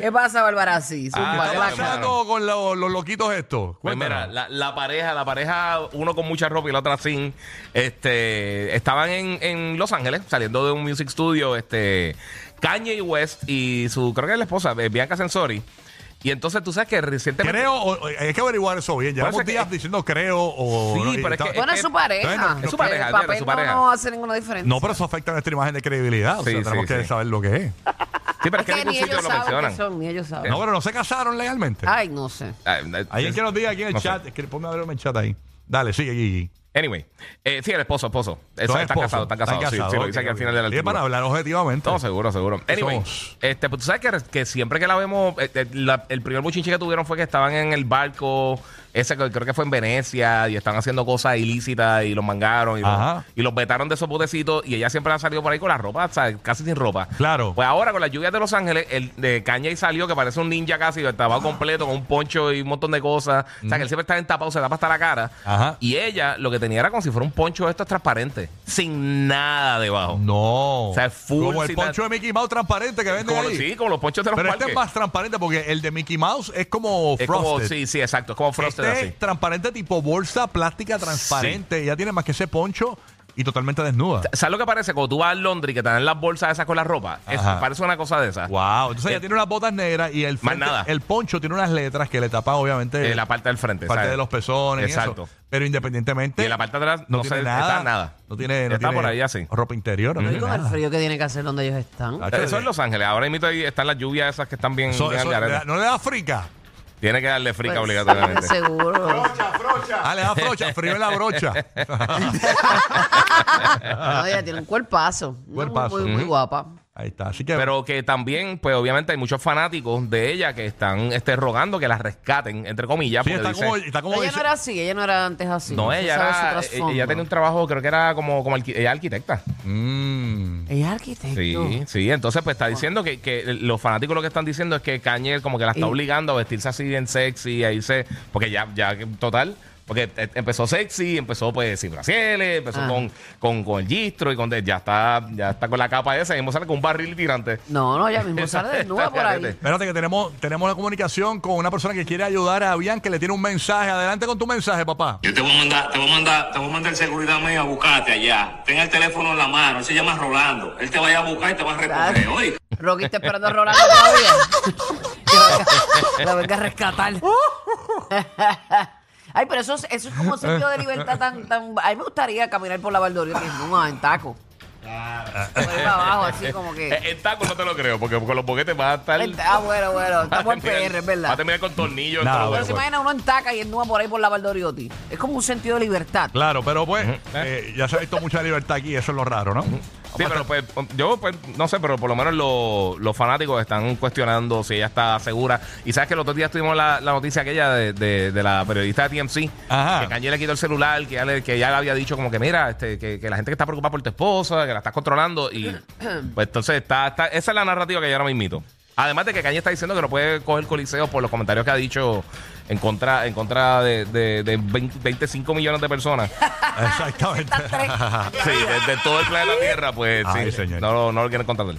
¿Qué pasa, Barbarazzi? Zumba, Ah, ¿Qué ¿qué está la- pasa? pasando con lo- los loquitos estos? Pues mira, Cuéntanos. la, la pareja, la pareja, uno con mucha ropa y la otra sin, este, estaban en, en Los Ángeles, saliendo de un music studio, este, Kanye West y su, creo que es la esposa, eh, Bianca Sensori. Y entonces tú sabes que recientemente... Creo, o- o- hay que averiguar eso bien. Llevamos Parece que- días diciendo creo o. Sí, no, y pero es está- que- Bueno, es su Bueno, pareja. es su pareja, mira, El es papel su no- pareja. no hace ninguna diferencia. No, pero eso afecta a nuestra imagen de credibilidad. O sea, Sí, tenemos sí, que sí. saber lo que es. Sí, pero es que ni ellos saben que son, ni ellos saben. No, pero no se casaron legalmente. Ay, no sé. Ah, Alguien que nos diga aquí en el no sé. chat. Es que ponme a ver en el chat ahí. Dale, sigue, Gigi. Anyway, eh, sí, el esposo, esposo. Eso, Son están esposos, casados, están casados. sí, sí, lo ok, dice aquí al ok. final del Y es artículo. para hablar objetivamente. No, seguro, seguro. Anyway, somos? este, pues, tú sabes que, re- que siempre que la vemos, eh, eh, la- el primer bochinche que tuvieron fue que estaban en el barco, ese que creo que fue en Venecia, y estaban haciendo cosas ilícitas y los mangaron y, los, Ajá. y los vetaron de esos botecitos. Y ella siempre ha salido por ahí con la ropa, ¿sabes? casi sin ropa. Claro. Pues ahora con las lluvias de Los Ángeles, el de Kanye salió que parece un ninja casi, Ah. estaba completo con un poncho y un montón de cosas. O sea, que él siempre está en tapado, se tapa hasta la cara. Mm. Ajá. Y ella lo que tenía era como si fuera un poncho de estos transparentes, sin nada debajo. No. O sea, es full Como el sin la- poncho de Mickey Mouse transparente que venden Como los- ahí. sí, como los ponchos de los Pero este parques. es más transparente porque el de Mickey Mouse es como Es frosted. como, sí, sí, exacto. Es como frosted este así. es transparente tipo bolsa plástica transparente. Ya tiene más que ese poncho y totalmente desnuda. ¿Sabes lo que parece? Cuando tú vas a Londres y que te dan las bolsas esas con la ropa. Es- Ajá. parece una cosa de esas. Wow. Entonces Eh, ya tiene unas botas negras y el, más frente- nada. el poncho tiene unas letras que le tapan obviamente Eh, la parte del frente. parte ¿sabes? de los pezones. y Exacto. eso. Pero independientemente. Y en la parte de atrás no, no tiene se- nada, está nada. No tiene, no Está tiene por ahí así. ropa interior. no No tiene digo el nada. frío que tiene que hacer donde ellos están. Ah, Eso es Los Ángeles. Ahora mismo ahí están las lluvias esas que están bien. Eso- bien eso al le garete. da- no le da frica. Tiene que darle frica Pues, obligatoriamente. sí, Seguro. Ah, le da brocha, frío en la brocha. No, ella tiene un cuerpazo. Una Cuerpazo. Muy, muy, muy guapa. Ahí está. Así que Pero que también, pues obviamente hay muchos fanáticos de ella que están este, rogando que la rescaten, entre comillas. sí, porque está, pues, dice- como, está como ella dice- no era así, ella no era antes así. No, se ella, sabe su era, trasfondo. ella tenía un trabajo, creo que era como, como arqui- ella arquitecta. Mm. Ella es arquitecto. Sí, sí, entonces pues está diciendo que, que los fanáticos lo que están diciendo es que Kanye como que la está Y- obligando a vestirse así bien sexy, ahí se, porque ya, ya que- total, porque eh, empezó sexy, empezó pues sin brasieres, empezó Ah. con, con, con el gistro y con de- ya está, ya está con la capa esa, y mismo sale con un barril tirante. No, no, ella mismo sale desnuda por ahí. Espérate que tenemos, tenemos la comunicación con una persona que quiere ayudar a Bianca, le tiene un mensaje. Adelante con tu mensaje, papá. Yo te voy a mandar, te voy a mandar, te voy a mandar el seguridad mío a buscarte allá. Ten el teléfono en la mano, él se llama Rolando. Él te vaya a buscar y te va a recoger, oye. Rocky está esperando a Rolando todavía. Que la venga- la venga a rescatar. Ay, pero eso, es- eso es como un sentido de libertad tan, tan... A mí me gustaría caminar por la Valdoria mismo, en taco. Por ahí para abajo, así como Eh, que... El taco no te lo creo, porque con los boquetes va a estar... Ah, bueno, bueno, estamos va a en terminar- PR, es Va verdad. a terminar con tornillos. Nah, en todo bueno, Pero el se cuerpo. imagina uno en taca y en Nua por ahí por la Valdoriotti. Es como un sentido de libertad. Claro, pero pues eh, ya se ha visto mucha libertad aquí, eso es lo raro, ¿no? Sí, pero pues, yo pues, no sé, pero por lo menos lo- los fanáticos están cuestionando si ella está segura. Y sabes que los otros días tuvimos la, la noticia aquella de, de- de la periodista de TMC, Ajá. que Kanye le quitó el celular, que ya le, que ya le había dicho como que mira, este, que, que la gente que está preocupada por tu esposa, que la estás controlando. Y pues entonces está, está- esa es la narrativa que yo ahora me imito. Además de que Kanye está diciendo que no puede coger coliseo por los comentarios que ha dicho en contra, en contra de, de- de 20 25 millones de personas. Exactamente. Estas tres. Sí, desde todo el planeta Tierra, pues Ay, sí, señor. no, lo- no lo quieren contarle.